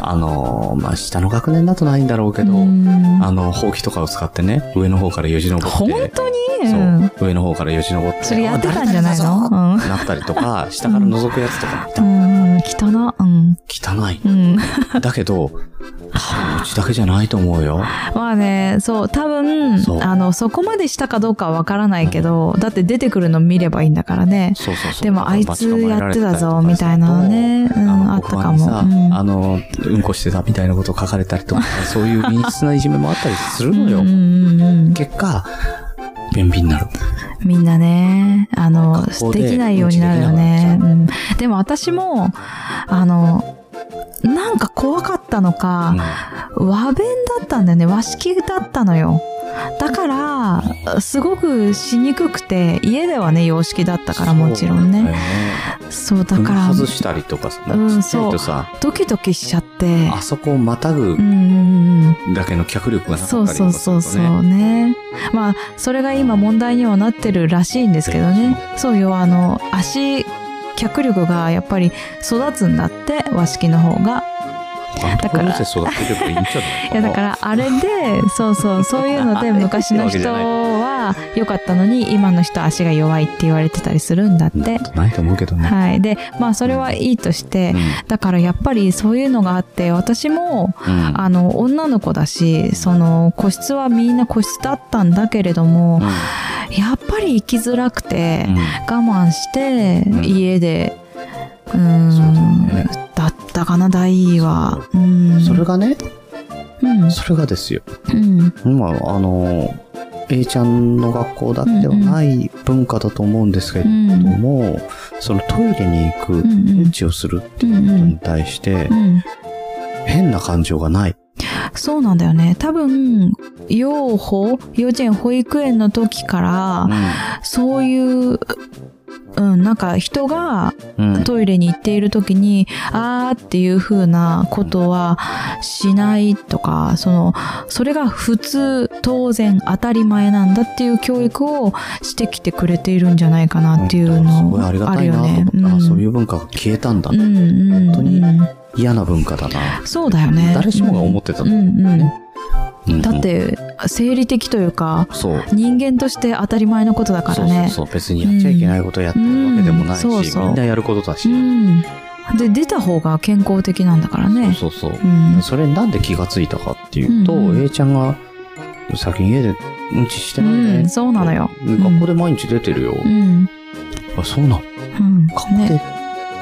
Speaker 1: あのーまあ、下の学年だとないんだろうけど、あの、ほうきとかを使ってね、上の方からよじ登って。
Speaker 2: 本当に
Speaker 1: そう
Speaker 2: うん、
Speaker 1: 上の方からよじ登って。
Speaker 2: それやってたん
Speaker 1: あ
Speaker 2: じゃないのう
Speaker 1: 誰々だ
Speaker 2: ん
Speaker 1: ぞなったりとか、下から覗くやつとか
Speaker 2: う
Speaker 1: も
Speaker 2: ん、汚な、うん、
Speaker 1: いた、汚い。
Speaker 2: うん。
Speaker 1: だけど、多分うちだけじゃないと思うよ。
Speaker 2: まあね、そう、多分、
Speaker 1: そう
Speaker 2: あの、そこまでしたかどうかはわからないけど、だって出てくるの見ればいいんだからね。
Speaker 1: そうそうそう。
Speaker 2: でもあいつやってたぞ、みたいなのね、う
Speaker 1: あ
Speaker 2: ん、
Speaker 1: の
Speaker 2: あったかも。
Speaker 1: 黒板
Speaker 2: う
Speaker 1: に
Speaker 2: ん
Speaker 1: さ、あの、うんこしてたみたいなことを書かれたりとか、そういう陰湿ないじめもあったりするの
Speaker 2: うんう
Speaker 1: よ。
Speaker 2: んうんうん
Speaker 1: 結果、便秘になる。
Speaker 2: みんなね、あの、
Speaker 1: 学校で
Speaker 2: できないようになるよ
Speaker 1: う
Speaker 2: ね
Speaker 1: ん。ち
Speaker 2: うんでも私も、あの、なんか怖かったのか、和弁だったんだよね和式だったのよだからすごくしにくくて家ではね洋式だったからもちろん
Speaker 1: そうだ
Speaker 2: ね
Speaker 1: よ
Speaker 2: そうだ
Speaker 1: 踏
Speaker 2: か
Speaker 1: み
Speaker 2: ら
Speaker 1: 外したりとかさ、
Speaker 2: うん
Speaker 1: ちっちゃいとさ、
Speaker 2: ドキドキしちゃって
Speaker 1: あそこをまたぐ
Speaker 2: うんうんうん
Speaker 1: だけの脚力がな
Speaker 2: そ
Speaker 1: かっ
Speaker 2: う
Speaker 1: たりと
Speaker 2: そ
Speaker 1: か
Speaker 2: う
Speaker 1: す
Speaker 2: そう
Speaker 1: る
Speaker 2: そ
Speaker 1: とね。
Speaker 2: うねまあそれが今問題にはなってるらしいんですけどねそうよあの足脚力がやっぱり育つんだって和式の方が
Speaker 1: だ
Speaker 2: だ
Speaker 1: か。
Speaker 2: からら
Speaker 1: 育てればいいんじゃない
Speaker 2: いやだからあれでそうそうそういうの
Speaker 1: あれ
Speaker 2: で昔の人は良かったのに今の人足が弱いって言われてたりするんだっ
Speaker 1: な
Speaker 2: て
Speaker 1: ん。とないと思うけどね。
Speaker 2: はい、でまあそれはいいとして
Speaker 1: うん
Speaker 2: だからやっぱりそういうのがあって私も
Speaker 1: うん
Speaker 2: あの女の子だしその個室はみんな個室だったんだけれどもやっぱり行きづらくて
Speaker 1: うん
Speaker 2: 我慢して
Speaker 1: うん
Speaker 2: 家でう
Speaker 1: そうだ
Speaker 2: ん
Speaker 1: よね
Speaker 2: だったかな大位は。うん
Speaker 1: それがね、
Speaker 2: うん
Speaker 1: それがですよ。
Speaker 2: うん
Speaker 1: 今、あの、A ちゃんの学校だってはない文化だと思うんですけれども、そのトイレに行く、
Speaker 2: うんう
Speaker 1: うん
Speaker 2: ん
Speaker 1: ちをする
Speaker 2: うんう
Speaker 1: こと
Speaker 2: ん
Speaker 1: に対して
Speaker 2: う、ん、
Speaker 1: 変な感情がない。
Speaker 2: そうなんだよね多分幼保幼稚園保育園の時からそういううん、なんか人が
Speaker 1: うん
Speaker 2: トイレに行っている時に、あーっていう風なことはしないとか、その、それが普通、当然、当たり前なんだっていう教育をしてきてくれているんじゃないかなっていう
Speaker 1: すごい
Speaker 2: の
Speaker 1: ありが
Speaker 2: あ
Speaker 1: た
Speaker 2: る
Speaker 1: いな
Speaker 2: よ
Speaker 1: と思
Speaker 2: ね
Speaker 1: っ。た、
Speaker 2: ん
Speaker 1: そういう文化が消えたんだ、
Speaker 2: うんうん
Speaker 1: 本当に
Speaker 2: うん
Speaker 1: 嫌な文化だな
Speaker 2: そうだよね。
Speaker 1: 誰しもが思ってた
Speaker 2: うんうんうん
Speaker 1: うん
Speaker 2: だって生理的というか
Speaker 1: そう
Speaker 2: 人間として当たり前のことだからね
Speaker 1: そうそうそう別にやっちゃいけないことをやってるわけでもないし、
Speaker 2: うんそうそう
Speaker 1: みんなやることだし、
Speaker 2: うんで出た方が健康的なんだからね
Speaker 1: そうそう、
Speaker 2: うん
Speaker 1: それになんで気がついたかっていうと、
Speaker 2: うんうん
Speaker 1: A ちゃんが最近家でうんちして
Speaker 2: う
Speaker 1: ないね、
Speaker 2: んそうなのよ
Speaker 1: うん学校で毎日出てるよ、
Speaker 2: うん
Speaker 1: あそうなの
Speaker 2: うん
Speaker 1: 学校で
Speaker 2: ね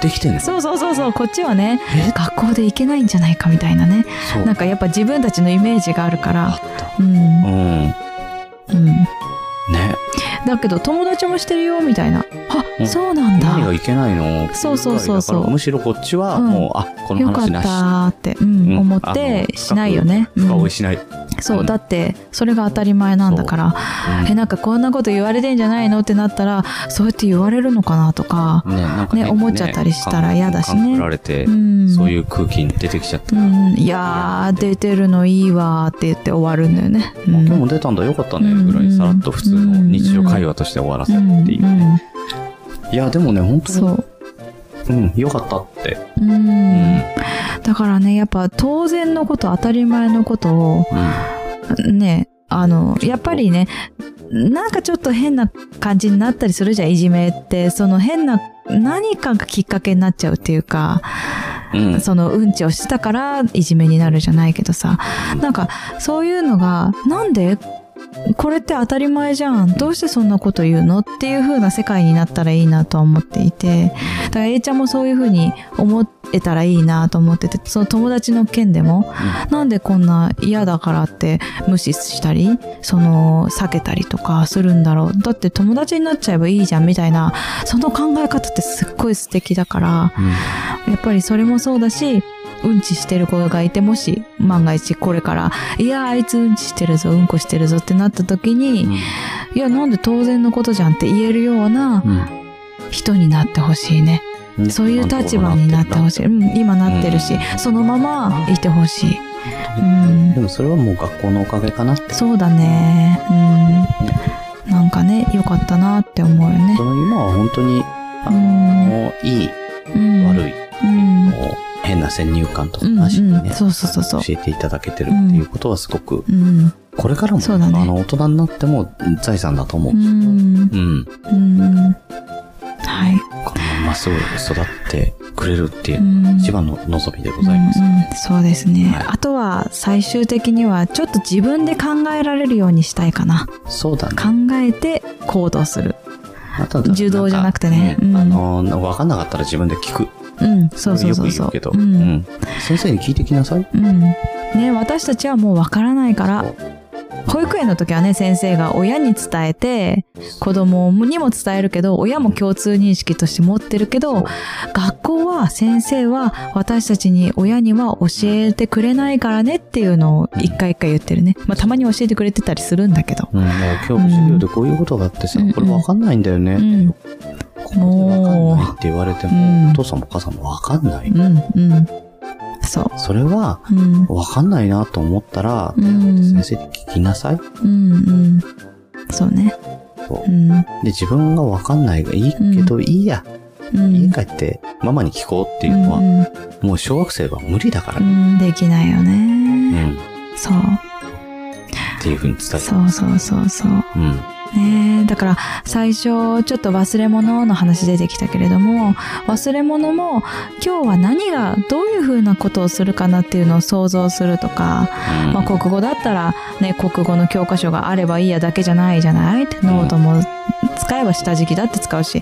Speaker 1: できてんの、
Speaker 2: そうそうそうそうこっちはね
Speaker 1: え
Speaker 2: 学校で行けないんじゃないかみたいなね
Speaker 1: そう
Speaker 2: なんかやっぱ自分たちのイメージがあるか
Speaker 1: あ
Speaker 2: ら
Speaker 1: った
Speaker 2: う
Speaker 1: う、ん
Speaker 2: ん
Speaker 1: ね
Speaker 2: うん、だけど友達もしてるよみたいな
Speaker 1: うん
Speaker 2: あそうなんだ
Speaker 1: 何がいけないの
Speaker 2: そうそうそうそう
Speaker 1: ぐらいだからむしろこっちは
Speaker 2: うん
Speaker 1: もう、あこの
Speaker 2: よかっ
Speaker 1: 話なし
Speaker 2: たって、う、
Speaker 1: うんん
Speaker 2: 思っ
Speaker 1: あ
Speaker 2: て
Speaker 1: の
Speaker 2: しないよね、うん
Speaker 1: 深追いしない、
Speaker 2: そううんだってそれが当たり前なんだから
Speaker 1: うん
Speaker 2: えなんかこんなこと言われてんじゃないのってなったらそうやって言われるのかなとか
Speaker 1: ね、なんか変に
Speaker 2: ね思っちゃったりしたら嫌だしね
Speaker 1: かんかんくられて、
Speaker 2: うん
Speaker 1: そう
Speaker 2: う
Speaker 1: いう空気に出てきちゃった。
Speaker 2: ん、いやー出てるのいいわーって言って終わるんだよね、うん
Speaker 1: 今日も出たんだよかったねぐらいさらっと普通の日常会話として終わらせるっていう。
Speaker 2: うんうん
Speaker 1: いやでもね本当に
Speaker 2: そう、
Speaker 1: うんよかったって。
Speaker 2: うん
Speaker 1: うん
Speaker 2: だからねやっぱ当然のこと当たり前のことをねあのやっぱりねなんかちょっと変な感じになったりするじゃんいじめってその変な何かがきっかけになっちゃうっていうか
Speaker 1: うん
Speaker 2: そのうんちをしてたからいじめになるじゃないけどさなんかそういうのがなんでこれって当たり前じゃんどうしてそんなこと言うのっていう風な世界になったらいいなとは思っていてだから A ちゃんもそういう風に思えたらいいなと思っててその友達の件でもなんでこんな嫌だからって無視したりその避けたりとかするんだろうだって友達になっちゃえばいいじゃんみたいなその考え方ってすっごい素敵だからやっぱりそれもそうだし、うんちしてる子がいて、もし万が一これから、いや、あいつうんちしてるぞ、うんこしてるぞってなった時に、いや、なんで当然のことじゃんって言えるような人になってほしいね。
Speaker 1: うん
Speaker 2: そういう立場になってほ
Speaker 1: しい。
Speaker 2: しい。うん、今なってるし、そのままいてほしい。うん
Speaker 1: でもそれはもう学校のおかげかなって。
Speaker 2: そうだね。うん。なんかね、良かったなって思うよね
Speaker 1: そ。の今は本当に
Speaker 2: うん。
Speaker 1: もういい
Speaker 2: うん。
Speaker 1: 悪い
Speaker 2: うん。
Speaker 1: もう変な先入観とか
Speaker 2: うん
Speaker 1: なしに
Speaker 2: うん
Speaker 1: ね、
Speaker 2: そうそうそうそ
Speaker 1: 教
Speaker 2: う
Speaker 1: えていただけてるっていうことはすごく、
Speaker 2: うん
Speaker 1: これからも、
Speaker 2: そうだね
Speaker 1: あの、大人になっても財産だと思う
Speaker 2: う。ん
Speaker 1: うん。
Speaker 2: うんはい
Speaker 1: このまんまっすぐ育ってくれるっていうう、
Speaker 2: ん
Speaker 1: 一番の望みでございます。
Speaker 2: うんうんそうですね、
Speaker 1: はい
Speaker 2: あとは最終的にはちょっと自分で考えられるようにしたいかな
Speaker 1: そうだね。
Speaker 2: 考えて行動する
Speaker 1: あとは
Speaker 2: 受動じゃなくてね
Speaker 1: なんかあ
Speaker 2: うん
Speaker 1: の、わかんなかったら自分で聞く。
Speaker 2: うんそうそうそうそう
Speaker 1: よく言うけど、
Speaker 2: う、
Speaker 1: うんん先生に聞いてきなさい。
Speaker 2: うんね私たちはもうわからないから
Speaker 1: そう
Speaker 2: 保育園の時はね先生が親に伝えて子供にも伝えるけど親も共通認識として持ってるけど学校は先生は私たちに親には教えてくれないからねっていうのを一回一回言ってるね、まあ、たまに教えてくれてたりするんだけど
Speaker 1: うん、もう今日の授業でこういうことがあってさ、
Speaker 2: うん
Speaker 1: これわかんないんだよね。
Speaker 2: うん
Speaker 1: ここまでわかんないって言われても、
Speaker 2: うん
Speaker 1: お父さんもお母さんもわかんない。
Speaker 2: うんうんそう
Speaker 1: それは、
Speaker 2: うん
Speaker 1: わかんないなと思ったら、
Speaker 2: うん
Speaker 1: 先生に聞きなさい。
Speaker 2: うんうんそうね
Speaker 1: そう
Speaker 2: うん
Speaker 1: で、自分がわかんないがいいけど、いいや、
Speaker 2: うん
Speaker 1: 家帰ってママに聞こうっていうのは、もう小学生は無理だから
Speaker 2: うんう
Speaker 1: ね。
Speaker 2: ん、うんできないよ
Speaker 1: う
Speaker 2: ね、
Speaker 1: ん。っ
Speaker 2: そう
Speaker 1: ていうふうに伝えた。
Speaker 2: そうそうそうそう
Speaker 1: うん。
Speaker 2: ねえだから最初ちょっと忘れ物の話出てきたけれども忘れ物も今日は何がどういうふうなことをするかなっていうのを想像するとか
Speaker 1: うん
Speaker 2: まあ、国語だったら、ね、国語の教科書があればいいやだけじゃないじゃないってノートも使えば下敷きだって使うし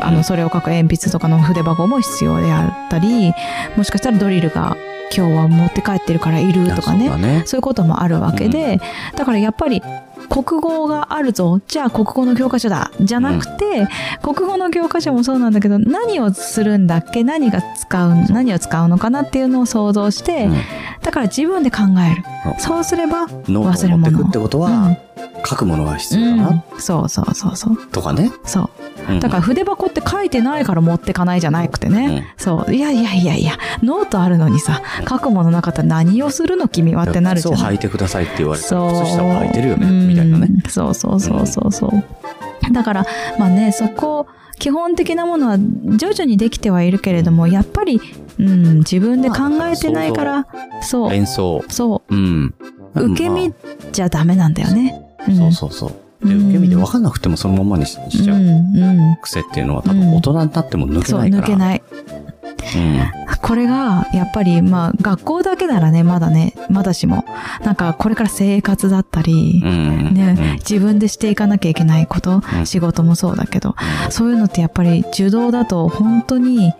Speaker 2: あ
Speaker 1: うん
Speaker 2: のそれを書く鉛筆とかの筆箱も必要であったりもしかしたらドリルが今日は持って帰ってるからいるとか
Speaker 1: そう
Speaker 2: ね
Speaker 1: だね。
Speaker 2: そういうこともあるわけでだからやっぱり国語があるぞじゃあ国語の教科書だじゃなくて、国語の教科書もそうなんだけど何をするんだっけ何が使う何を使うのかなっていうのを想像して、
Speaker 1: うん
Speaker 2: だから自分で考えるそうすれば
Speaker 1: ノートを持ってくってこと
Speaker 2: うん
Speaker 1: は、書くものが必要だ
Speaker 2: う、
Speaker 1: なん
Speaker 2: そうそうそうそう
Speaker 1: とかね。
Speaker 2: そう
Speaker 1: うん
Speaker 2: だから筆箱って書いてないから持ってかないじゃなくてね、
Speaker 1: うん
Speaker 2: そういやいやいやいやノートあるのにさ書くものなかったら何をするの君はってなるじゃ
Speaker 1: そう
Speaker 2: な
Speaker 1: 履
Speaker 2: い
Speaker 1: いてくださいって言われて靴
Speaker 2: そう
Speaker 1: 下も履いてるよねみたいなね
Speaker 2: うんそうそうそうそうそう、だからまあねそこ基本的なものは徐々にできてはいるけれどもやっぱり、うん、自分で考えてないから、そう
Speaker 1: 演奏
Speaker 2: そ
Speaker 1: うん
Speaker 2: う受け身
Speaker 1: ま
Speaker 2: じゃダメなんだよね、
Speaker 1: あ
Speaker 2: ん
Speaker 1: そうそうそうで
Speaker 2: うん
Speaker 1: 受け身で分かんなくてもそのままにししちゃ
Speaker 2: う
Speaker 1: うん
Speaker 2: うん
Speaker 1: 癖っていうのは多分大人になっても抜け
Speaker 2: そう
Speaker 1: ないか
Speaker 2: 抜
Speaker 1: ら
Speaker 2: けない
Speaker 1: うん
Speaker 2: これがやっぱりまあ学校だけならねまだねまだしもなんかこれから生活だったり
Speaker 1: う、ん
Speaker 2: ね、自分でしていかなきゃいけないこと、
Speaker 1: うん
Speaker 2: 仕事もそうだけどそういうのってやっぱり受動だと本当に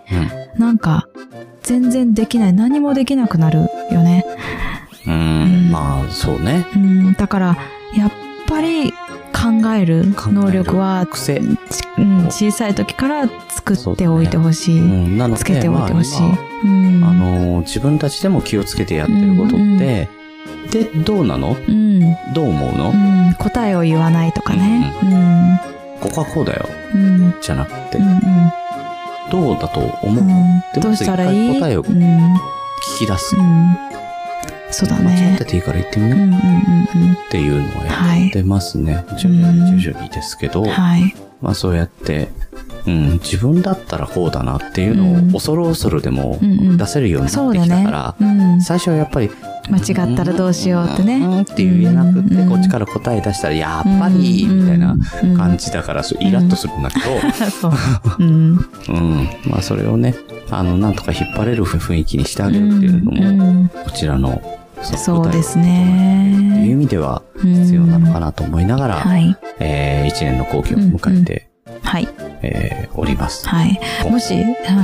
Speaker 2: なんか全然できない何もできなくなるよね、
Speaker 1: うんうんうんまあそうね
Speaker 2: うん、だからやっぱり考える
Speaker 1: 考える
Speaker 2: 能力は、
Speaker 1: 癖
Speaker 2: ちうん、小さい時から作っておいてほしい、
Speaker 1: うんなの
Speaker 2: つけて
Speaker 1: で
Speaker 2: おい
Speaker 1: まあ
Speaker 2: てほしい、
Speaker 1: 今
Speaker 2: うん
Speaker 1: あのー自分たちでも気をつけてやってることってでどうなの
Speaker 2: うん
Speaker 1: どう思うの
Speaker 2: うん、答えを言わないとかね。うん、
Speaker 1: ここはこうだよ
Speaker 2: うん、
Speaker 1: じゃなくて
Speaker 2: うん、
Speaker 1: どうだと
Speaker 2: う、
Speaker 1: 思うんで
Speaker 2: うん。どうしたらい
Speaker 1: もっと一回答
Speaker 2: い？
Speaker 1: えを
Speaker 2: うん、うん、
Speaker 1: 聞き出す
Speaker 2: そうだ
Speaker 1: 間違っ
Speaker 2: ね
Speaker 1: て。ていいから言ってみ
Speaker 2: う、
Speaker 1: なんっ
Speaker 2: うん、うん、
Speaker 1: ていうのを
Speaker 2: うん。
Speaker 1: や
Speaker 2: は
Speaker 1: っ
Speaker 2: い、
Speaker 1: てますね。徐々
Speaker 2: うん
Speaker 1: に徐々にですけど、
Speaker 2: はい、
Speaker 1: まあそうやって、うん、自分だったらこうだなっていう
Speaker 2: う
Speaker 1: の
Speaker 2: ん
Speaker 1: を恐る恐るでも
Speaker 2: うん、うん
Speaker 1: 出。せるようにな
Speaker 2: そ
Speaker 1: っ
Speaker 2: う
Speaker 1: て
Speaker 2: だ
Speaker 1: きた
Speaker 2: ね
Speaker 1: から、。
Speaker 2: うん、
Speaker 1: 最初はやっぱり、
Speaker 2: 間違ったらどうしようって
Speaker 1: う
Speaker 2: ね。
Speaker 1: んって言えなくって
Speaker 2: う、ん
Speaker 1: こっちから答え出したら、やっぱり、みたいな感
Speaker 2: じ。
Speaker 1: じだから、そうイラッとするんだけど、
Speaker 2: そう。うん、
Speaker 1: うん、まあそれをね、あの、なんとか引っ張れる雰囲気にしてあげるっていうのも、
Speaker 2: ん、
Speaker 1: こちらの、。
Speaker 2: そうですす
Speaker 1: という意
Speaker 2: ね。
Speaker 1: 味では、
Speaker 2: 必
Speaker 1: 必要なのかなと思いながら、
Speaker 2: はい、
Speaker 1: え1年の後期を迎えて、
Speaker 2: はい。
Speaker 1: えーおります。
Speaker 2: はい。もし、は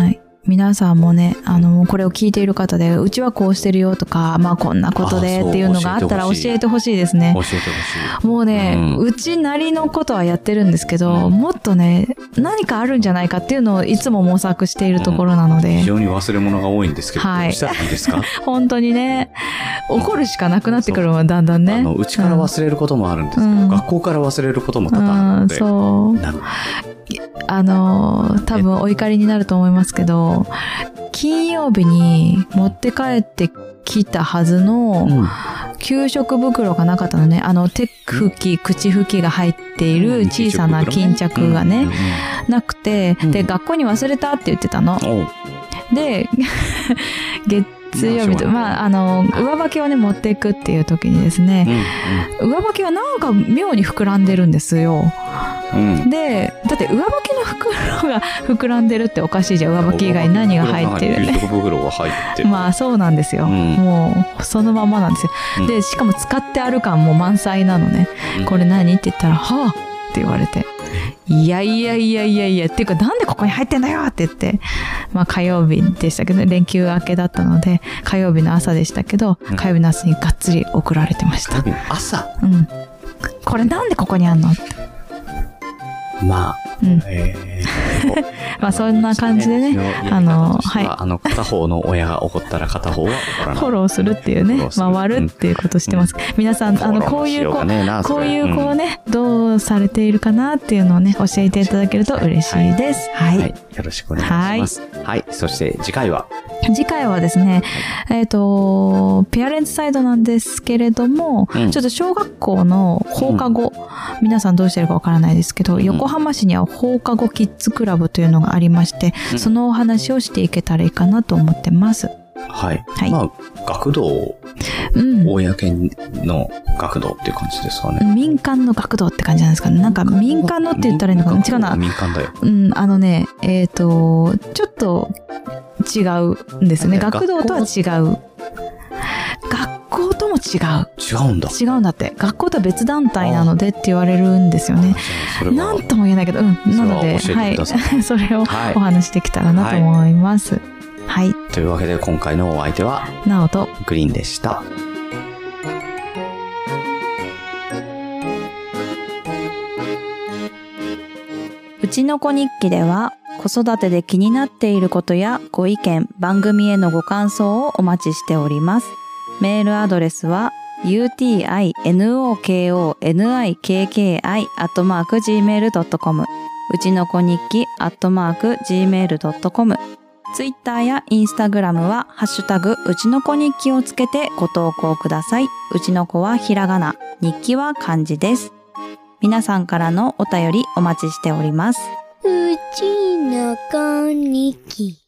Speaker 2: い。皆さんもね、あの、これを聞いている方で、うちはこうしてるよとか、まあこんなことで
Speaker 1: あそう
Speaker 2: っていうのがあったら
Speaker 1: 教えてほ
Speaker 2: 教
Speaker 1: しい
Speaker 2: えてほしいですね
Speaker 1: 教。えてほしい。
Speaker 2: もうね、
Speaker 1: う
Speaker 2: うんちなりのことはやってるんですけど、
Speaker 1: うん
Speaker 2: もっとね、何かあるんじゃないかっていうのをいつも模索しているところなので
Speaker 1: 非、常に忘れ物が多いんですけど、
Speaker 2: はい
Speaker 1: どうしたらいいですか、
Speaker 2: 本当にね、怒るしかなくなってくるわ、だんだん
Speaker 1: あ
Speaker 2: ね
Speaker 1: の、。うちから忘れることもあるんですけど、
Speaker 2: うん
Speaker 1: 学校から忘れることも
Speaker 2: う
Speaker 1: 多々あるの
Speaker 2: ん、
Speaker 1: で、
Speaker 2: そう。
Speaker 1: なんか
Speaker 2: あのー多分お怒りになると思いますけど金曜日に持って帰ってきたはずの給食袋がなかったのねあの手拭き口拭きが入っている小さな巾着がね、なくて
Speaker 1: うん
Speaker 2: で学校に忘れたって言ってたの
Speaker 1: うんおう
Speaker 2: で月曜日とまああの上履きをね持っていくっていう時にですね上履きがなんか妙に膨らんでるんですよ
Speaker 1: うんうん
Speaker 2: でだって上履きの袋が 膨らんでるっておかしいじゃん上履き以外に何が入ってる
Speaker 1: ビート袋が入ってる。
Speaker 2: まあそうなんですよ、
Speaker 1: うん
Speaker 2: もうそのままなんですよ、
Speaker 1: うん
Speaker 2: でしかも使ってある感も満載なのね、
Speaker 1: うん
Speaker 2: これ何って言ったら「はあ」って言われて「いやいやいやいやいや」っていうか「なんでここに入ってんだよ」って言ってまあ火曜日でしたけど連休明けだったので火曜日の朝でしたけど
Speaker 1: うん
Speaker 2: 火曜日の朝にがっつり送られてました、
Speaker 1: 朝
Speaker 2: うん、これなんでここにあんの
Speaker 1: まあ、
Speaker 2: うん
Speaker 1: えー
Speaker 2: まあそんな感じでね
Speaker 1: うちのやり方
Speaker 2: あの
Speaker 1: として
Speaker 2: は
Speaker 1: はあの、片方の親が怒ったら片方は怒らない。
Speaker 2: フォローするっていう
Speaker 1: フォロ
Speaker 2: ね
Speaker 1: ーする
Speaker 2: 回るっていうことしてます、皆さんあのこういう
Speaker 1: フォローのしよが
Speaker 2: こ
Speaker 1: ねえな
Speaker 2: こ
Speaker 1: そうれ
Speaker 2: いう子を
Speaker 1: ん
Speaker 2: ね、どうされているかなっていうのをね教えていただけると嬉しいです。はい、
Speaker 1: はい。よろしくお願いします。はい。そして次回は、
Speaker 2: 次回はですね、えっ、とペアレンツサイドなんですけれども、
Speaker 1: うん
Speaker 2: ちょっと小学校の放課後、皆さんどうしてるかわからないですけど、
Speaker 1: ん
Speaker 2: 横浜市には放課後キッズクラブというのがありまして、
Speaker 1: うん
Speaker 2: そのお話をしていけたらいいかなと思ってます。
Speaker 1: はい。
Speaker 2: はい
Speaker 1: まあ、学童、
Speaker 2: うん。
Speaker 1: 公の学童っていう感じですかね。
Speaker 2: 民間の学童って感じなんですかね。なんか民間のって言ったらいいのかな違うな。
Speaker 1: 民間だよ。
Speaker 2: うん、あのね、えっ、と、ちょっと違うんですね。
Speaker 1: だって
Speaker 2: 学童とは違う。学校とも違う。
Speaker 1: 違うんだ。
Speaker 2: 違うんだって。学校とは別団体なのでって言われるんですよね。
Speaker 1: それは
Speaker 2: なんとも言えないけど、うん。なので、
Speaker 1: それは教えてください
Speaker 2: い。それをお
Speaker 1: はい
Speaker 2: 話しできたらなと思います。はい。
Speaker 1: というわけで今回のお相手は
Speaker 2: なおと、
Speaker 1: グリーンでした。
Speaker 3: うちの子日記では子育てで気になっていることやご意見、番組へのご感想をお待ちしております。メールアドレスは utinokonikki.gmail.com うちの子日記 .gmail.com ツイッターやインスタグラムはハッシュタグうちの子日記をつけてご投稿ください。うちの子はひらがな、日記は漢字です。皆さんからのお便りお待ちしております。
Speaker 4: うちの子にき。